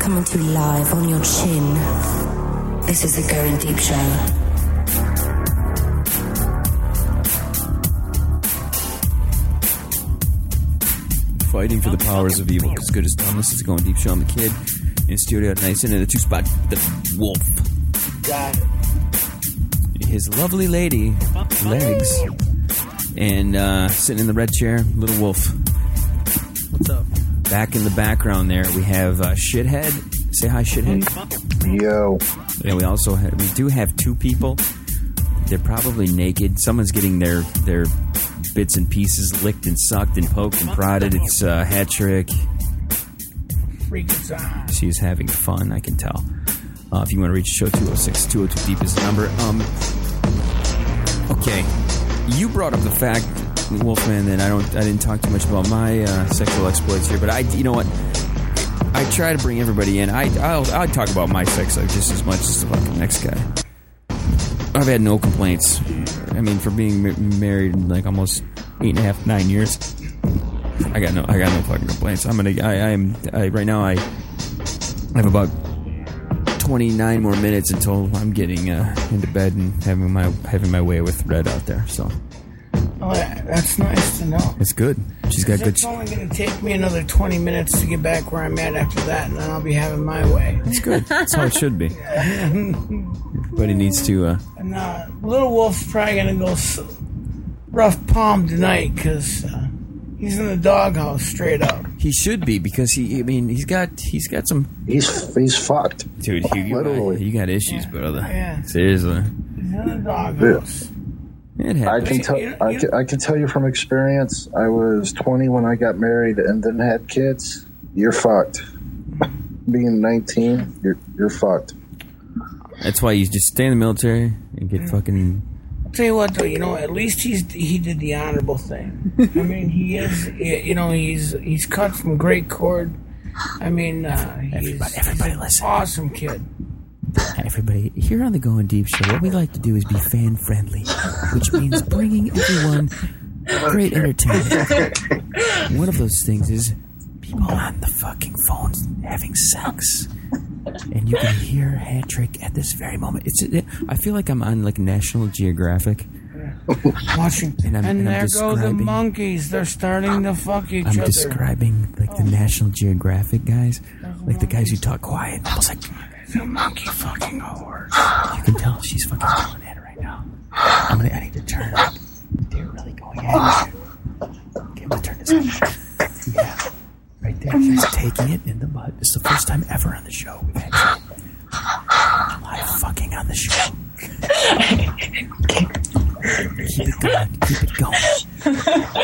coming to you live on your chin. This is the Going Deep Show. Fighting for the powers of evil as good as done. This is going deep show. I'm the kid in studio at nice and in a two spot. The wolf, Got it. his lovely lady, legs, and uh, sitting in the red chair, little wolf. What's up? Back in the background there, we have uh, shithead. Say hi, shithead. Yo. And we also ha- we do have two people. They're probably naked. Someone's getting their their bits and pieces licked and sucked and poked and prodded. It's uh, hat trick. Freaking time. She's having fun, I can tell. Uh, if you want to reach the show, 206 202 Deep is the number. Um, okay, you brought up the fact, Wolfman, that I don't, I didn't talk too much about my uh, sexual exploits here, but I, you know what? I try to bring everybody in. I, I'll, I'll talk about my sex life just as much as the fucking next guy. I've had no complaints. I mean, for being ma- married in like almost eight and a half, nine years, I got no, I got no fucking complaints. I'm gonna, I, I'm, I, right now, I I have about 29 more minutes until I'm getting uh, into bed and having my having my way with Red out there. So Oh, that, that's nice to know. it's good. She's got good. It's only going to take me another 20 minutes to get back where I'm at after that, and then I'll be having my way. It's good. That's how it should be. But he needs to. Uh, And uh, Little Wolf's probably going to go s- rough palm tonight because uh, he's in the doghouse straight up. he should be because he. I mean, he's got he's got some. He's he's fucked. Dude, you, you, got, Literally. you got issues, brother. Yeah. Seriously, He's in the doghouse. it I happens. can tell I can, I can tell you from experience. I was 20 when I got married and then had kids. You're fucked. Being 19, you're you're fucked. That's why you just stay in the military and Mm. get fucking. Tell you what, though, you know, at least he's he did the honorable thing. I mean, he is, you know, he's he's cut from great cord. I mean, uh, he's, Everybody- everybody he's an listen. awesome kid. Everybody here on the Going Deep show, what we like to do is be fan friendly, which means bringing everyone great entertainment. One of those things is people on the fucking phones having sex, and you can hear Hatrick at this very moment. It's it, I feel like I'm on like National Geographic. Watching, And and, I'm- and I'm there go the describing- monkeys. They're starting to fuck each I'm other. describing like the National Geographic guys, like the guys who talk quiet. I was like, the monkey fucking whore. you can tell she's fucking going at it right now. I'm gonna, I need to turn it up. They're really going at it. Okay, I'm gonna turn this up. Yeah, right there. She's taking it in the mud. This is the first time ever on the show we've actually live fucking on the show. Keep it going. Keep it going.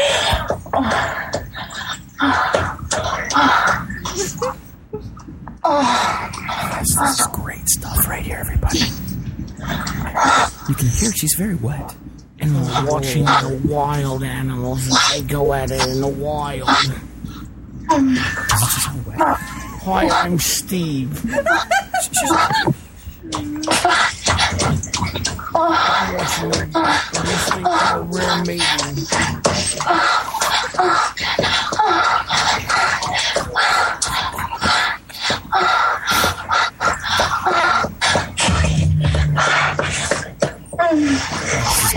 This, this is great stuff right here, everybody. You can hear she's very wet. And I'm watching the wild animals as they go at it in the wild. She's so wet. Hi, I'm Steve. I'm watching the- I'm listening to the rare maiden.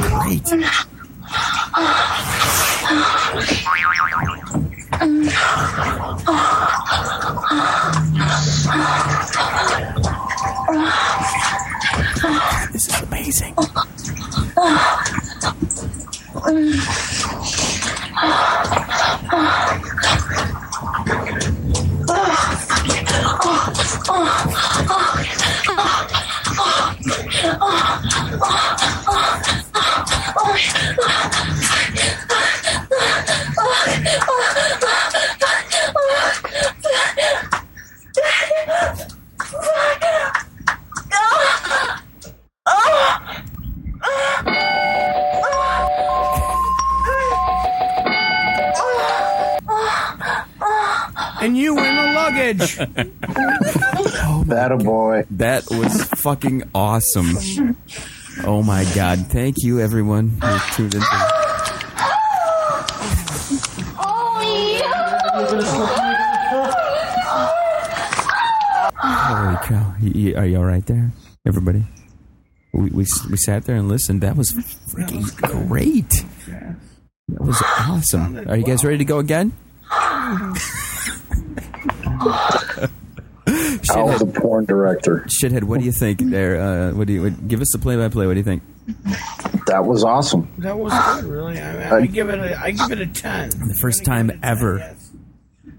Great. This is amazing. And you in the luggage. That a boy. That was fucking awesome. Oh my god. Thank you everyone who tuned in. Holy cow! You, you, are you all right there, everybody? We, we s- we sat there and listened. That was freaking great. Yes. That was awesome. Are you guys ready to go again? Al, the shithead, porn director. shithead, what do you think there? Uh, what do you what, give us the play by play? What do you think? That was awesome. That was good, really. I, I, I give it a, I give it a ten. The first I'm time gonna give it a ever, 10, yes.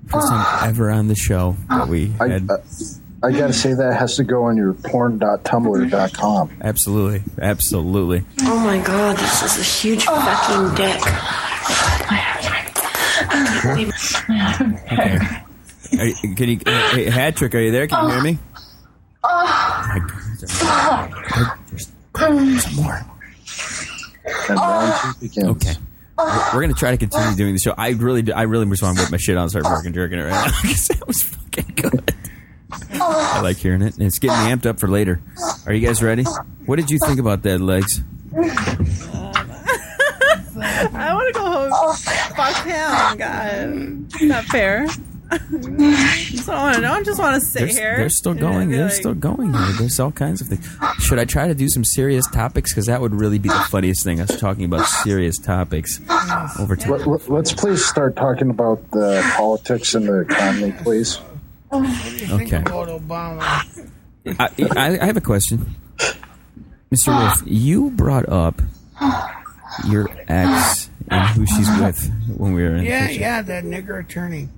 first time ever on the show that we I, had. uh, I gotta say that has to go on your porn.tumblr.com. Absolutely, absolutely. Oh my god, this is a huge Oh. fucking dick. Okay. Are you, can you, hey, hat trick? Are you there? Can you hear me? Ah. My God, there's- there's- there's some more. And round two begins. Okay. We're- We're gonna try to continue doing the show. I really, do, I really just want to whip my shit out and start fucking jerking it right now 'cause that was fucking good. I like hearing it, and it's getting me amped up for later. Are you guys ready? What did you think about that, legs? I want to go Oh. home. Fuck him, God. It's not fair. just don't want to. I just want to sit They're, here. they're still and be going. They're like, still going. Here. There's all kinds of things. Should I try to do some serious topics? Because that would really be the funniest thing. Us talking about serious topics over time. Let, let, let's please start talking about the politics and the economy, please. What do you think Okay. about Obama? I, I, I have a question. Mr. Wolf, you brought up your ex and who she's with when we were in the Yeah, kitchen. yeah, that nigger attorney.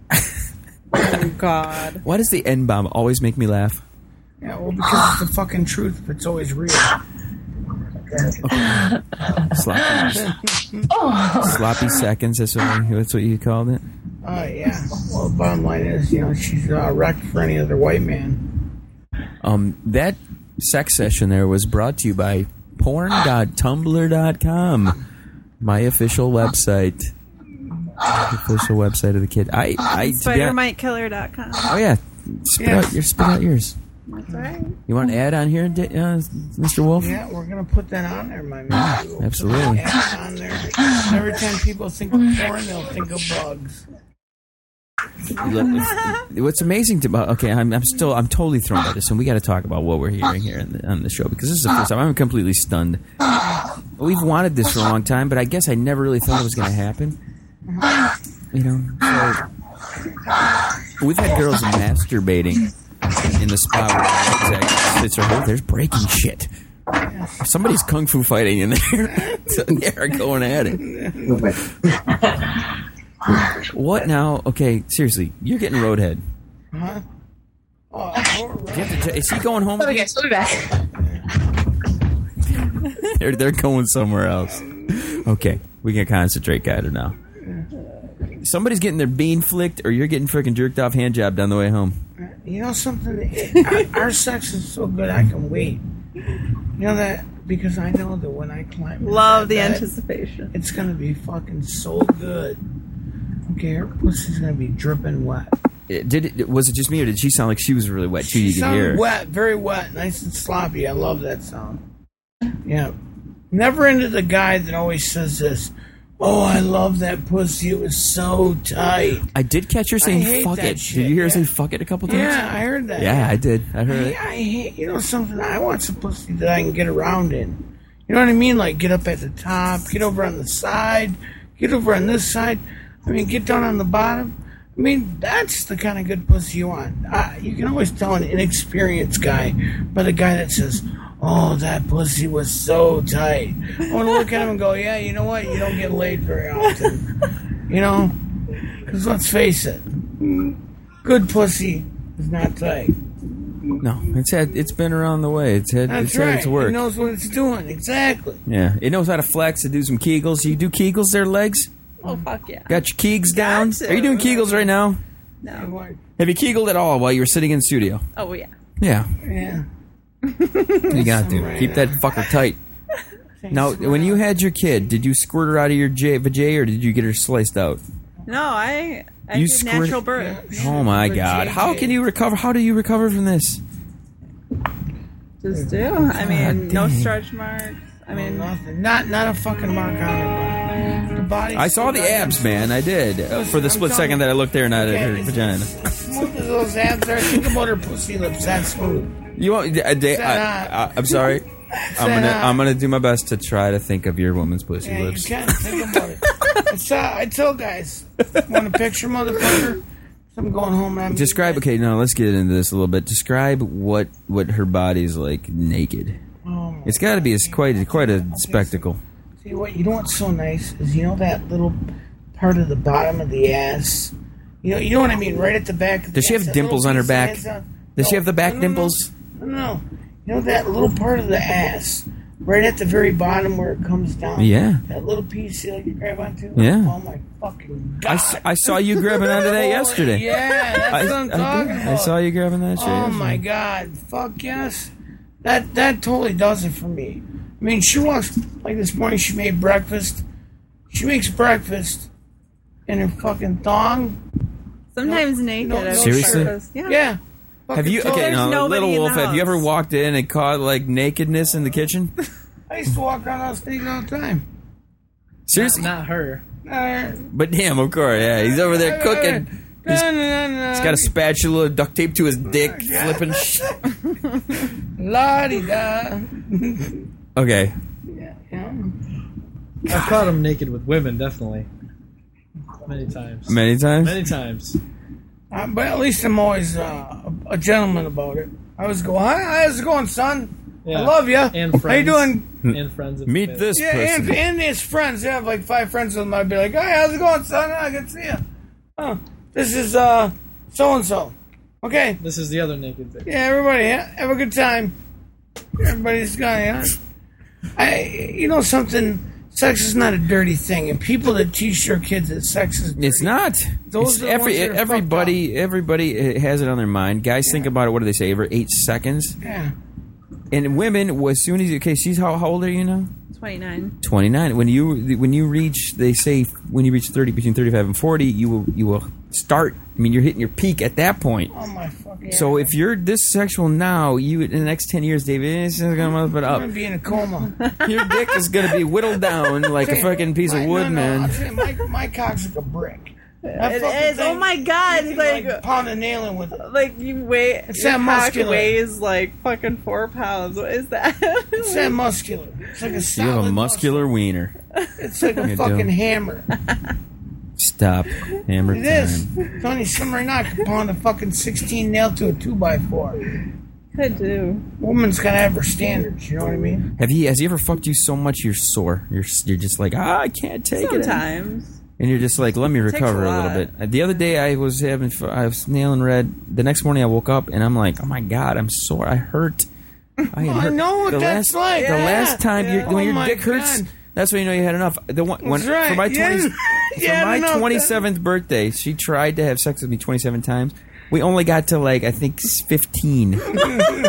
Oh God. Why does the N bomb always make me laugh? Yeah, well, because it's the fucking truth, but it's always real. Sloppy, sloppy seconds, that's what, that's what you called it? Uh, yeah. Well, bottom line is, you know, she's not wrecked for any other white man. Um, that sex session there was brought to you by porn.tumblr.com, my official website. The official website of the kid. I, I, to be hon- SpiderMikeKiller.com. oh yeah, spit Yeah. out your, spit out yours. That's right. You want to add on here, Di- uh, Mr. Wolf? Yeah, we're gonna put that on there, my man. We'll put absolutely. that ad on there. Every time people think of porn, they'll think of bugs. What's amazing to about okay, I'm, I'm still I'm totally thrown by this, and we got to talk about what we're hearing here in the, on the show because this is the first time I'm completely stunned. We've wanted this for a long time, but I guess I never really thought it was going to happen. You know, so- we've had girls masturbating in the spot where the latex sits right here. There's breaking shit. Somebody's kung fu fighting in there. so they're going at it. What now? Okay, seriously, you're getting roadhead. Oh, alright. You have to t- is he going home? Okay, so we'll be back. They're, they're going somewhere else. Okay, we can concentrate, Guider, now. Somebody's getting their bean flicked, or you're getting freaking jerked off hand job down the way home. you know something? Our, our sex is so good, I can wait. You know that because I know that when I climb, into Love that the bed, anticipation. It's gonna be fucking so good. Okay, her pussy's gonna be dripping wet. It- Eh, did it, was it just me, or did she sound like she was really wet too? She You could hear. sounded her? wet, very wet, nice and sloppy. I love that sound. Yeah. Never into the guy that always says this. Oh, I love that pussy. It was so tight. I did catch her saying hate "fuck that it." shit, did you hear her yeah. say "fuck it" a couple times? Yeah, I heard that. Yeah, I did. I heard it. I, I hate, you know, something. I want some pussy that I can get around in. You know what I mean? Like get up at the top, get over on the side, get over on this side. I mean, get down on the bottom. I mean, that's the kind of good pussy you want. Uh, you can always tell an inexperienced guy by the guy that says, "Oh, that pussy was so tight." I want to look at him and go, "Yeah, you know what? You don't get laid very often." You know, because let's face it, good pussy is not tight. No, it's had. It's been around the way. It's had. That's it's right. had its work. It knows what it's doing. Exactly. yeah, it knows how to flex to do some kegels. You do kegels there, legs? Oh fuck yeah. Got your kegs down? to. Are you doing kegels right now? No. Have you kegeled at all while you were sitting in studio? Oh yeah. Yeah. Yeah. You got to keep that fucker tight. Now, when you had your kid, did you squirt her out of your j- vajay or did you get her sliced out? No, I. I You did squirt- natural birth. Oh my god! How can you recover? How do you recover from this? Just do. I mean, no dang. stretch marks. I mean, Nothing. Not not a fucking mark on her body. The body. I saw the abs, man. I did uh, for the split second that I looked there and I had her vagina. smooth as those abs are, think about her pussy lips that smooth. You want? uh, I, they, Shut I, I, I'm sorry. I'm gonna up. I'm gonna do my best to try to think of your woman's pussy Yeah, you lips. can't think about it. It's, uh, I tell guys, want a picture, motherfucker? I'm going home. And I'm Describe. Okay, no, let's get into this a little bit. Describe what what her body's like naked. home. It's got to be a, s- quite quite a spectacle. See what you know what's so nice is you know that little part of the bottom of the ass. You know, you know what I mean, right at the back. Of the Does she ass, have that little dimples on her piece back? that hangs down- Does she No, have the back no, no, no. dimples? No, no, no. You know that little part of the ass, right at the very bottom where it comes down. Yeah. That little piece you like you grab onto. Yeah. Oh my fucking god. I, s- I saw you grabbing onto that yesterday. Yeah, that's I, what I'm I talking did. I about. saw you grabbing that. shit Oh yesterday. my god, fuck yes. That that totally does it for me. I mean, she walks like this morning. She made breakfast. She makes breakfast in her fucking thong. Sometimes naked. no, I will Seriously? start those- Yeah. Yeah. Have you? Okay, There's no, nobody little in the wolf. Have you ever house. walked in and caught like nakedness in the kitchen? I used to walk around house naked all the time. Seriously, Not her. Uh, but damn, of course, yeah, he's over there cooking. No, no, no, no. He's got a spatula duct taped to his dick, flipping. Sh- la di da. okay, I've caught him naked with women, definitely. Many times. many times. Many times. Uh, but at least I'm always uh, a gentleman about it. I always go, hi, how's it going, son? Yeah. I love you. And friends. How you doing? And friends. of Meet men. this Yeah, and, person. and his friends. Yeah, I have like five friends with him. I'd be like, hey, how's it going, son? I can see you. Oh, this is uh so and so. Okay. This is the other naked thing. Yeah, everybody, yeah, have a good time. Everybody's gone. Yeah. I, you know something? Sex is not a dirty thing, and people that teach their kids that sex is dirty, It's not. Those It's are the ones every that are fucked everybody everybody uh, has it on their mind. Guys think about it. What do they say? Every eight seconds. yeah. And women, well, as soon as you, okay, she's how, how old are you now? 29. Twenty nine. When you when you reach, they say when you reach thirty, between thirty five and forty, you will you will start. I mean, you're hitting your peak at that point. Oh my fucking. So if you're this sexual now, you in the next ten years, David, it's just gonna put I'm gonna up. be in a coma. Your dick is gonna be whittled down like a fucking piece My- of no, wood, no, I'll man. tell you, My, my cock's like a brick. That It fucking is. Oh thing, my god. you It's can, like, like pound a nail in with it. like you weigh. It's that muscular. weighs like fucking four pounds. What is that? It's that muscular. It's like a You have a solid muscular wiener. muscle. It's like a You fucking do. hammer. Stop. Hammer It is. time. Tony Summer and I could pound a fucking 16 nail to a 2x4. Could do. Woman's gotta have her standards, you know what I mean? Have you has he ever fucked you so much you're sore? You're s- you're just like ah, I can't take it, anymore." Sometimes. and you're just like let me takes recover a a, little lot. bit. Uh, The other day I was having f- I was nailing red. The next morning I woke up and I'm like oh my god I'm sore I hurt. I, had I hurt. know what the that's last, like. The Yeah. last time you Yeah. when Oh your my dick hurts, God. that's when you know you had enough. The one when, That's right. for my Yeah. twenty Yeah, for no, my that- twenty seventh birthday, she tried to have sex with me twenty seven times. We only got to like I think s- fifteen.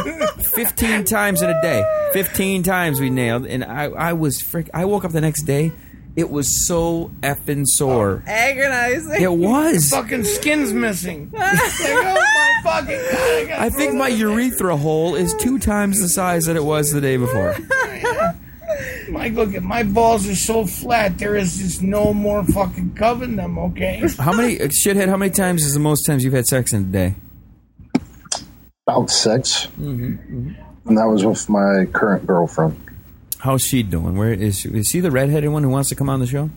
15 times in a day. 15 times we nailed, and I, I was frick. I woke up the next day. It was so effing sore. Oh. Agonizing. It was. Fucking skin's missing. It's like, oh my fucking God, I, gotta I think throw my that- urethra hole is two times the size that it was the day before. Like, look at my balls are so flat, there is just no more fucking covering them, okay? How many uh, shithead? How many times is the most times you've had sex in a day? About 6 Mm-hmm. And that was with my current girlfriend. How's she doing? Where is she? Is she the redheaded one who wants to come on the show?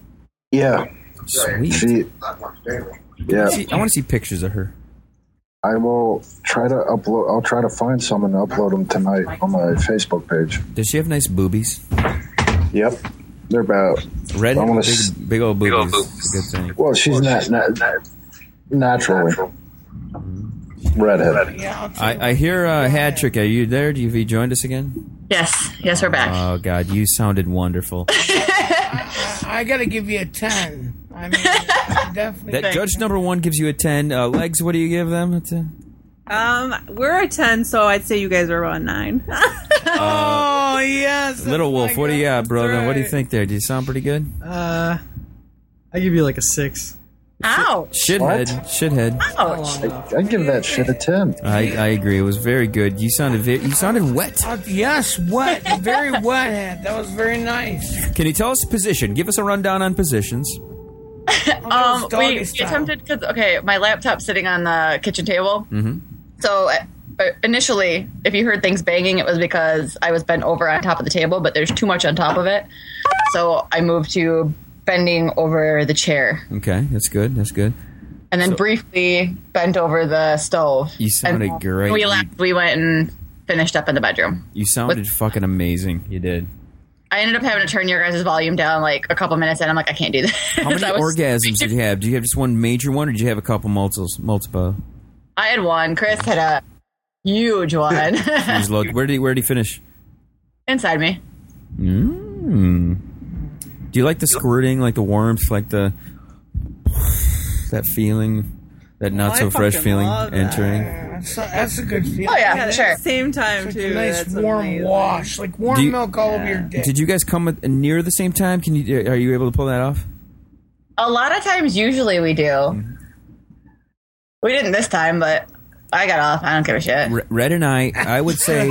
Yeah, Sweet. she. Yeah, She- I want to see pictures of her. I will try to upload. I'll try to find some and upload them tonight on my Facebook page. Does she have nice boobies? Yep, they're about. I Redhead, wanna with s- big, big old boobies. It's a good thing. Well, she's not nat- naturally redheaded. Yeah, I'll tell you. I, I hear uh, Hat Trick. Are you there? Do you, have you joined us again? Yes, yes, we're back. Oh God, you sounded wonderful. I gotta give you a 10. I mean, I definitely. That judge number one gives you a ten. Uh, legs, what do you give them? It's a- Um, we're a 10, so I'd say you guys are about 9. oh, yes. Little that's Wolf, my what do you God, got, brother? that's What do you right. think there? Do you sound pretty good? Uh, I give you like a six. Ow! Shithead, What? shithead. Ouch! I give that shit a ten. I, I agree. It was very good. You sounded ve- you sounded wet. Uh, yes, wet. Very wet hat. That was very nice. Can you tell us position? Give us a rundown on positions. Um, Doggy we, we style. attempted because okay, my laptop's sitting on the kitchen table. Mm-hmm. So uh, but initially, if you heard things banging, it was because I was bent over on top of the table, but there's too much on top of it, so I moved to bending over the chair, Okay, that's good. That's good. and then briefly bent over the stove. You sounded And great. We left. We went and finished up in the bedroom. You sounded fucking amazing. You did. I ended up having to turn your guys' volume down like a couple minutes, and I'm like, I can't do this. How many I was- orgasms did you have? Did you have just one major one, or did you have a couple multiples? Multiple. I had one. Chris had a huge one He was low. Where did he, Where did he finish? inside me. Do you like the squirting, like the warmth, like the that feeling, that not Oh, I so fresh fucking feeling love that. entering? That's a, that's a good feeling. Oh yeah, Yeah, sure. at the same time too. Nice That's warm amazing. wash, like warm Do you- milk all over your dick. Did you guys come at, near the same time? Can you? Are you able to pull that off? A lot of times, usually we do. We didn't this time, but I got off. I don't give a shit. R- Red and I, I would say,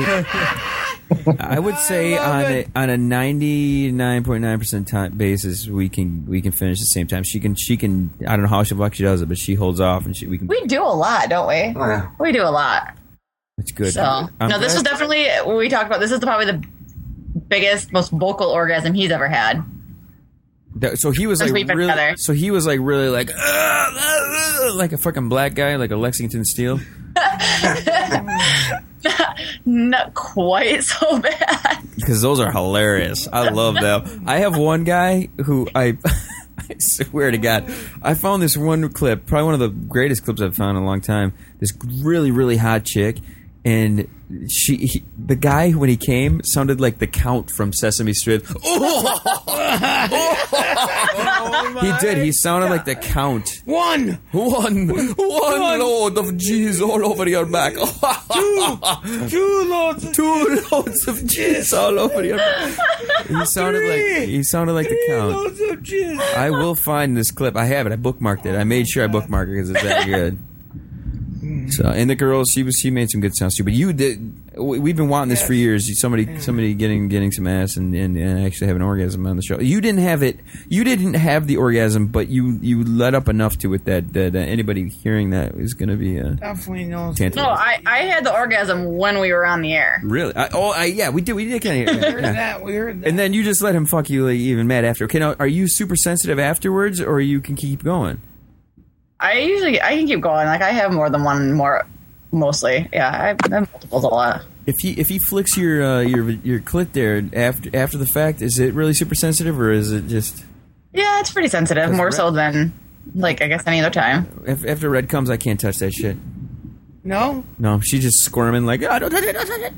I would say on a, on a ninety nine point nine percent time basis, we can we can finish the same time. She can she can. I don't know how she fuck she does it, but she holds off and she we can. We do a lot, don't we? We do a lot. it's good. So no, this was definitely we talked about. This is probably the biggest, most vocal orgasm he's ever had. That- so he was Since like we've been really, together. so he was like really like "Ugh, ugh, ugh," like a fucking black guy, like a Lexington Steel. Not quite so bad. because those are hilarious. I love them. I have one guy who I, I swear to God, I found this one clip, probably one of the greatest clips I've found in a long time. This really, really hot chick, and she, he, the guy when he came sounded like the Count from Sesame Street. he did. He sounded like the Count. One, One, one load of G's all over your back. two loads of two loads of jizz all over your body. He sounded like he sounded like the count. loads of jizz. I will find this clip. I have it. I bookmarked it. I made sure I bookmarked it because it's that good. So and the girl, she was she made some good sounds too. But you did. we- We've been wanting this for years. You- Somebody somebody getting getting some ass and, and, and actually have an orgasm on the show. You didn't have it. You didn't have the orgasm, but you you let up enough to it that that uh, anybody hearing that is going to be uh, Definitely knows. No, tantalized. I, I had the orgasm when we were on the air. Really? I, oh, I, yeah, we did. We did kind of hear We that. heard Yeah. that. We heard that. And then you just let him fuck you like, even mad after. Okay, now are you super sensitive afterwards, or you can keep going? I usually I can keep going. Like I have more than one more, mostly. Yeah, I have multiples a lot. If he if he flicks your uh, your your clit there after after the fact, is it really super sensitive, or is it just Yeah, it's pretty sensitive, more red- so than like I guess any other time. af- after red comes, I can't touch that shit? no, No, she just squirming like. "Ah, don't touch it, don't touch it."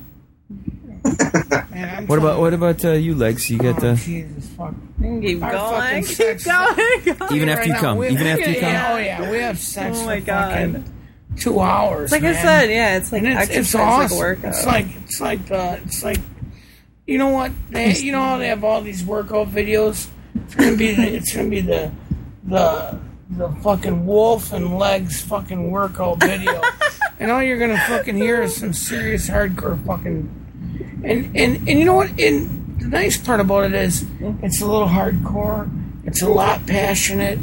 man, I'm What telling about what about uh, you, legs? You you, got the Jesus fuck. Keep Our going. fucking Keep sex- going. even after you Right now, come, we- even after you come. yeah, Oh yeah, we have sex. Oh for my God. fucking Two hours. Like I man. said, yeah, it's like and it's, it's awesome. exercise, like a workout. it's like it's like uh, it's like you know what they you know how they have all these workout videos. It's gonna be the, it's gonna be the the the fucking wolf and legs fucking workout video, and all you're gonna fucking hear is some serious hardcore fucking and and and you know what and the nice part about it is it's a little hardcore. It's a lot passionate.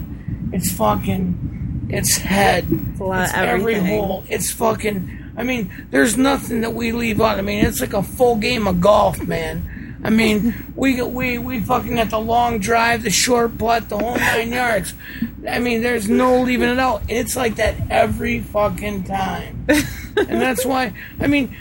It's fucking it's head. It's a lot of It's every everything. hole. It's fucking. I mean, there's nothing that we leave out. I mean, it's like a full game of golf, man. I mean, we we we fucking got the long drive, the short putt, the whole nine yards. I mean, there's no leaving it out. It's like that every fucking time, and that's why. I mean,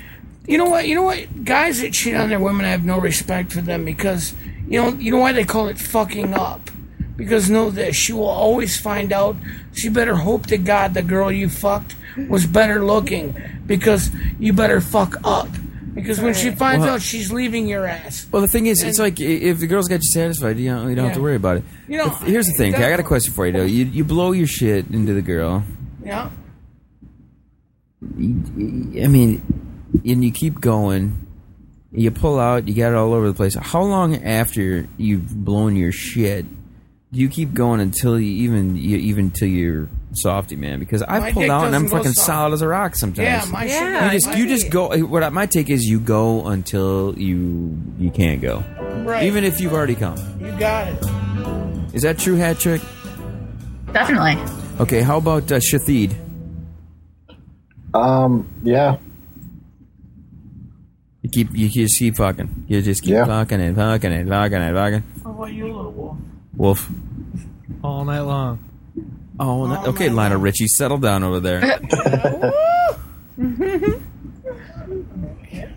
you know what? You know what? Guys that cheat on their women, I have no respect for them because you know you know why they call it fucking up. Because know this, she will always find out. She better hope to God the girl you fucked was better looking. Because you better fuck up. Because when she finds out, she's leaving your ass. Well, the thing is, it's like i- if the girls got you satisfied, you don't, you don't have to Yeah. worry about it. You know, But here's the thing. Okay, I got a question for you. Though. You you blow your shit into the girl. Yeah. I mean, and you keep going. You pull out. You got it all over the place. How long after you've blown your shit do you keep going until you even you, even till you're softy, man? Because I My pulled dick out and I'm doesn't go fucking soft. solid as a rock Yeah, sometimes. my Yeah, shit. you just you just go. What I, my take is, you go until you you can't go, Right. even if you've already come. you got it. Is that true, hat trick? definitely. Okay, how about uh, Shathid? Um, yeah, You keep you just keep fucking. You just keep Yeah. fucking and fucking and fucking and fucking. What about you, little wolf? Wolf. all night long. Oh, well, that- okay, Lionel Richie, settle down over there.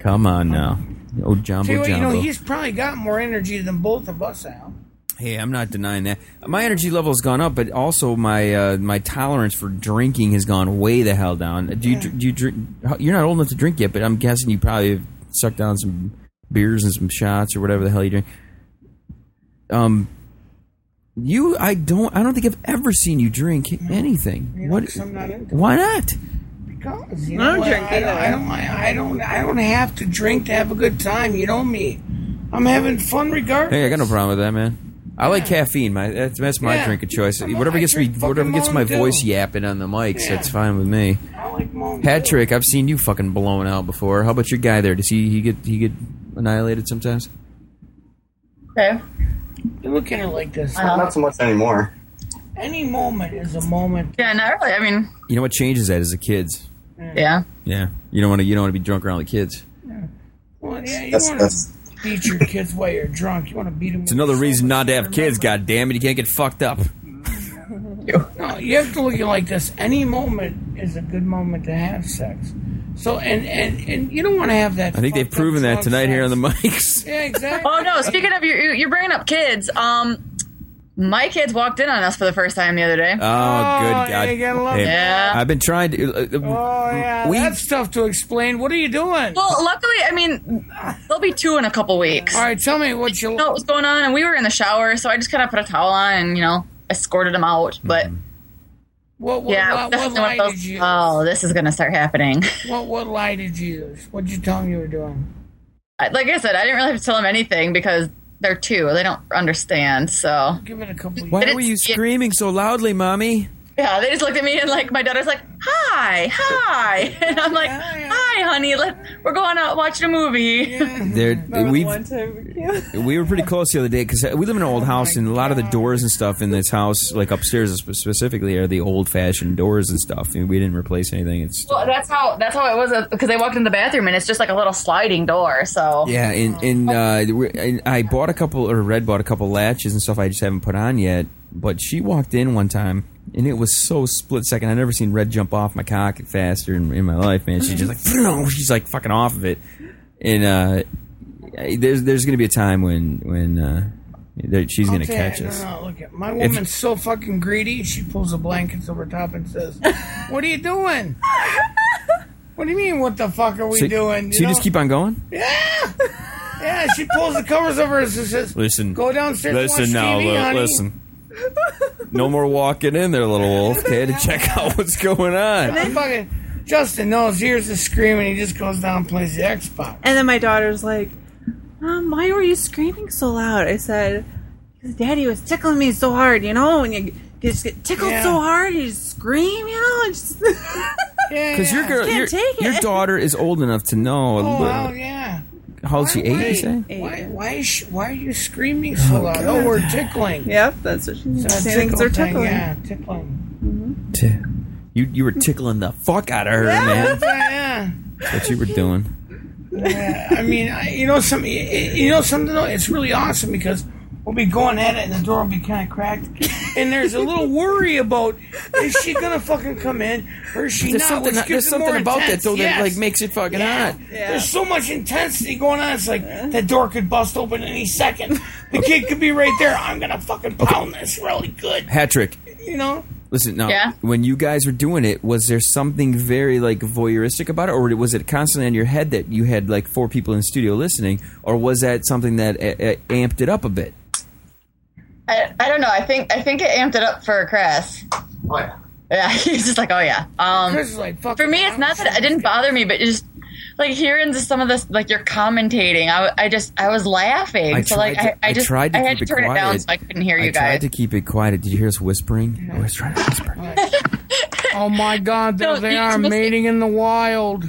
Come on now, oh Tell you jumbo what, you know, jumbo. he's probably got more energy than both of us, Al. Hey, I'm not denying that. My energy level's gone up, but also my uh, my tolerance for drinking has gone way the hell down. Do you do you drink? You're not old enough to drink yet, but I'm guessing you probably have sucked down some beers and some shots or whatever the hell you drink. Um, you, I don't, I don't think I've ever seen you drink anything. You know, what? 'cause I'm not into Why not? Because you I know, don't what? drink I, don't, either. I don't. I don't. I don't have to drink to have a good time. You know me. I'm having fun regardless. Hey, I got no problem with that, man. I like caffeine. My that's, that's my Yeah. drink of choice. I'm- Whatever I gets me, drink fucking whatever gets my Mountain Dew. voice yapping on the mics, Yeah. that's fine with me. I like Mountain Hat Dew. trick. I've seen you fucking blown out before. How about your guy there? Does he he get he get annihilated sometimes? Okay. You Look at it like this. Not so much anymore. Any moment is a moment. Yeah, not really. I mean, You know what changes that is the kids. yeah. Yeah, you don't want to you don't want to be drunk around the kids. Well, yeah, you That's want to that's beat your kids while you're drunk. You want to beat them. It's another reason not to have kids. God damn it, you can't get fucked up. No, you have to look at it like this. Any moment is a good moment to have sex. So, and and and you don't want to have that. I think they've proven that tonight here on the mics. Yeah, exactly. Oh no! Speaking of you, you- you're bringing up kids. Um, my kids walked in on us for the first time the other day. Oh, good yeah, God! you gotta love that. yeah. I've been trying to. uh, uh, Oh yeah, We- that's tough to explain. What are you doing? well, luckily, I mean, they'll be two in a couple weeks. All right, tell me what you. know what was going on, and we were in the shower, so I just kind of put a towel on and you know escorted them out. But What what, yeah, what, what definitely one lie of those. did you? Oh, this is gonna start happening. What what lie did you use? What did you tell them you were doing? I- like I said, I didn't really have to tell them anything because they're two; they don't understand. So Give it a couple. Of why But were it's- you screaming so loudly, mommy? yeah, they just looked at me and like my daughter's like, "Hi, hi," and I'm like, "Hi, honey, let we're going out watching a movie." There, we've One time, We were pretty close the other day because we live in an old house, and a lot of the doors and stuff in this house, like upstairs spe- specifically, are the old-fashioned doors and stuff. And we didn't replace anything. It's Well, that's how that's how it was uh, because they walked in the bathroom and it's just like a little sliding door. So yeah, and and, uh, we- and I bought a couple, or Red bought a couple latches and stuff. I just haven't put on yet. But she walked in one time, and it was so split second. I never seen Red jump off my cock faster in, in my life, man. She's just like, she's like fucking off of it, and uh, there's there's gonna be a time when when uh, there- she's gonna Okay, catch no, us. No, look at my woman's so fucking greedy. She pulls the blankets over top and says, "What are you doing? what do you mean? What the fuck are we So- doing? so you just know? keep on going. yeah." She pulls the covers over us and says, Listen. Go downstairs and Listen watch now. TV, li- honey. listen. No more walking in there, little wolf. Okay, to check out what's going on. I'm fucking." Justin knows. Hears the scream and he just goes down and plays the Xbox. And then my daughter's like, Mom, why were you screaming so loud? I said, Because daddy was tickling me so hard, you know, when you, you just get tickled Yeah. so hard, you just scream, you know? And just Yeah, Because your yeah. girl, Can't your, take it. your daughter is old enough to know. a Oh little- wow, yeah. How old is she? Eight? You say? Eight, Why? yeah. Why is she, Why are you screaming so loud? Oh, we're tickling. Yep, that's what she That said. Things are tickle thing, tickling. Yeah, tickling. T- You you were tickling the fuck out of her, man. Yeah. That's what you were doing. I mean, I, you know, some, you know, something. though, It's really awesome because we'll be going at it, and the door will be kind of cracked, and there's a little worry about is she gonna fucking come in or is she There's not? something. which There's gives it more something about that intense- though that yes. like makes it fucking Yeah. hot. There's so much intensity going on. It's like Uh-huh. that door could bust open any second. The kid could be right there. I'm gonna fucking pound this really good. Patrick, You know. Listen, now, Yeah. when you guys were doing it, was there something very like voyeuristic about it, or was it constantly in your head that you had like four people in the studio listening, or was that something that uh, uh, amped it up a bit? I, I don't know. I think I think it amped it up for Chris. Oh, what? Yeah, he's just like, oh yeah. Um, Chris is like, fuck for me, it's I'm not that it didn't bother me, but it just like hearing just some of this, like you're commentating. I, I just I was laughing. I so like tried to- I, I I just tried to I had to keep it turn it down quiet. so I couldn't hear I you tried guys. to keep it quiet. Did you hear us whispering? I was trying to whisper. Oh my god, there No, they you are just missed it. mating in the wild.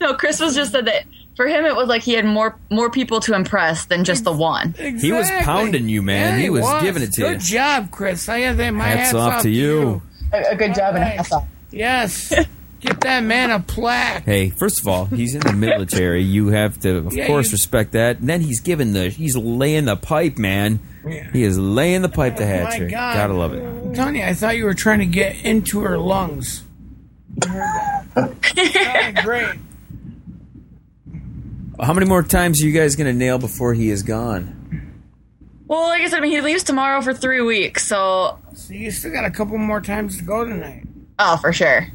no, Chris was just said that for him, it was like he had more more people to impress than just the one. He was Exactly. pounding you, man. Yeah, He was giving it to Good you. job, Chris. I have that. My Hats hats, off to you. A, a good job and a half off. Yes. Get that man a plaque. Hey, first of all, he's in the military. You have to, of Yeah, course, you- respect that. And then he's giving the, he's laying the pipe, man. Yeah. He is laying the pipe to Oh, my Hatcher. God. Gotta love it. Tony, I thought you were trying to get into her lungs. You heard that. Oh, great. How many more times are you guys gonna nail before he is gone? Well, like I said, I mean, he leaves tomorrow for three weeks, so So you still got a couple more times to go tonight. oh, for sure.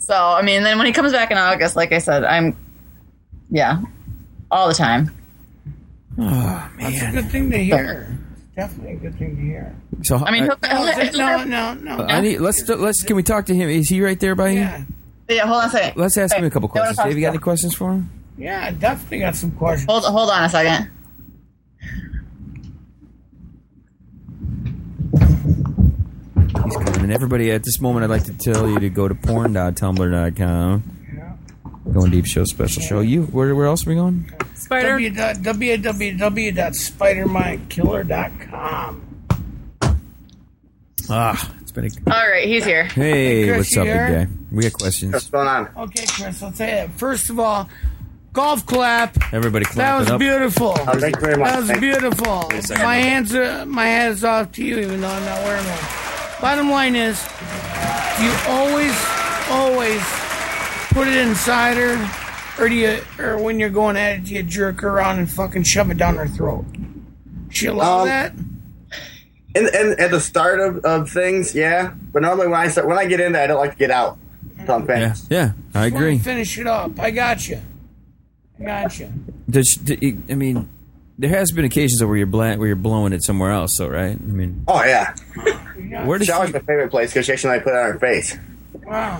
So I mean, then when he comes back in August, like I said, I'm, yeah, all the time. It's a good thing to hear. Definitely a good thing to hear. So uh, I mean, he'll, he'll- No, no, no. I need, let's let's can we talk to him? Is he right there by you? Yeah, yeah, hold on a second. Let's ask him a couple Hey, I wanna questions. Dave, you got any talk to questions for him? yeah, I definitely got some questions. Hold hold on a second. He's coming. And everybody, at this moment, I'd like to tell you to go to porn.tumblr.com. Going deep show special show. You where where else are we going? Spider. www.spidermindkiller.com. Ah, it's been a All right, he's here. hey. Chris, what's you up, big here? guy? We got What's questions. going on? Okay, Chris, I'll tell you. First of all, golf clap. Everybody, That clapping was up. beautiful. Oh, thank you very much. That was Thank you. beautiful. a second. My hands are my hands off to you, even though I'm not wearing one. Bottom line is, you always, always put it inside her, or do you, or when you're going at it, do you jerk her around and fucking shove it down her throat? She allow Um, that? And, and at the start of, of things, yeah. But normally when I start, when I get in there, I don't like to get out. So I'm Yeah, finished. yeah, I agree. Finish it up. I got you. I got you. Does she- d- I mean, there has been occasions where you're bla- where you're blowing it somewhere else, though, right? I mean, Oh yeah, where does shower's she, my favorite place because she actually like put it on her face. Wow.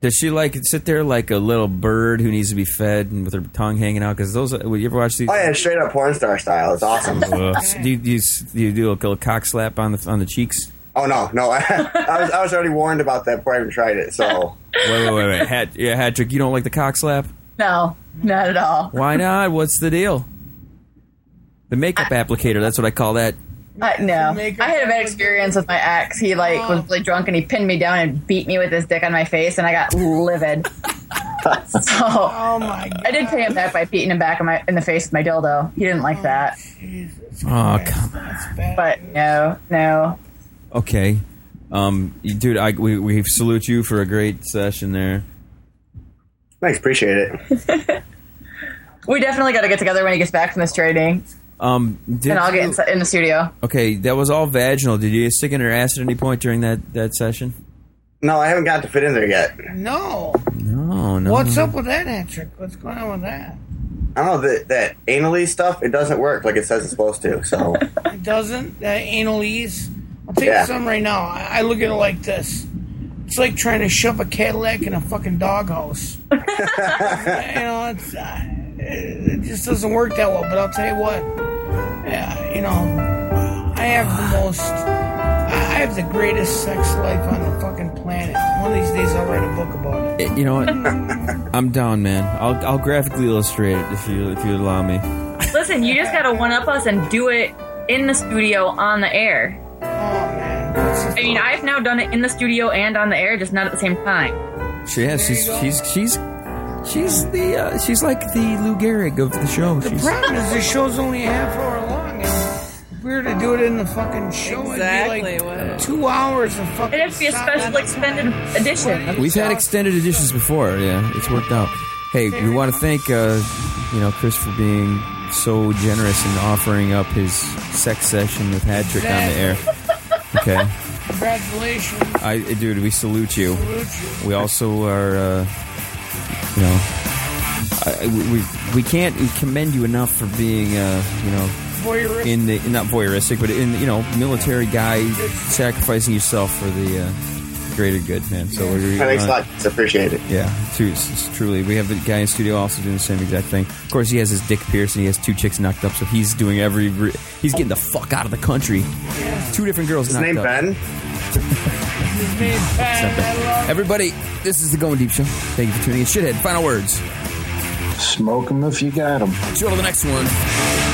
does she like sit there like a little bird who needs to be fed and with her tongue hanging out? Because those, you ever watch these? Oh yeah, straight up porn star style. It's awesome. Ugh. do, you, do, you, s- do you do a little cock slap on the on the cheeks? oh no, no, I, I was I was already warned about that before I even tried it. So Wait, wait, wait, wait. Hat, yeah, Hatrick, you don't like the cock slap? No, not at all. Why not? What's the deal? The makeup applicator. That's what I call that. I, no, Make her I had a feel bad good. experience with my ex. He like was really drunk and he pinned me down and beat me with his dick on my face, and I got livid. so Oh my god. I did pay him back by beating him back in, my, in the face with my dildo. He didn't like that, Jesus Oh, Christ, come that's bad. but no, no. Okay, um, you- dude, I, we we salute you for a great session there. thanks, appreciate it. We definitely got to get together when he gets back from this training, Um, did and I'll you- get in, in the studio. Okay, that was all vaginal. Did you stick in her ass at any point during that, that session? No, I haven't got to fit in there yet. no. No, no. What's up with that, Patrick? What's going on with that? I don't know that that anally stuff. It doesn't work like it says it's supposed to. So It doesn't. That anal ease. I'll tell you Yeah. something right now. I, I look at it like this. It's like trying to shove a Cadillac in a fucking doghouse. you know, it's, uh, it just doesn't work that well. But I'll tell you what. Yeah, you know, I have the most. I I have the greatest sex life on the fucking planet. One of these days, I'll write a book about it. You know what? I'm down, man. I'll, I'll graphically illustrate it if you if you allow me. Listen, you just got to one up us and do it in the studio on the air. Oh man, that's the I mean, I've now done it in the studio and on the air, just not at the same time. She has. She's she's she's she's the uh, she's like the Lou Gehrig of the show. The She's, problem is the show's only a half hour long. and If we were to do it in the fucking show, Exactly. it'd be like What? two hours of fucking. It'd have to be a solid- special extended edition. we've had extended editions before. Yeah, it's worked out. Hey, we want to thank uh, you know Chris for being so generous in offering up his sex session with Hadrick on the air. Okay, Congratulations, I dude, we salute you. Lucci. We also are, uh, you know, I, I- we we can't commend you enough for being, uh, you know, Voyeuristic. in the not voyeuristic, but in you know, military guy sacrificing yourself for the uh, greater good, man. So we're thanks a uh, lot. It's appreciated. yeah, tru- s- s- truly, we have the guy in studio also doing the same exact thing. Of course, he has his dick pierced and he has two chicks knocked up, so he's doing every re- he's getting the fuck out of the country. Two different girls His knocked name up. Ben. Me and Pat, I love Everybody, this is the Going Deep Show. Thank you for tuning in. Shithead, final words. Smoke them if you got them. Till the next one.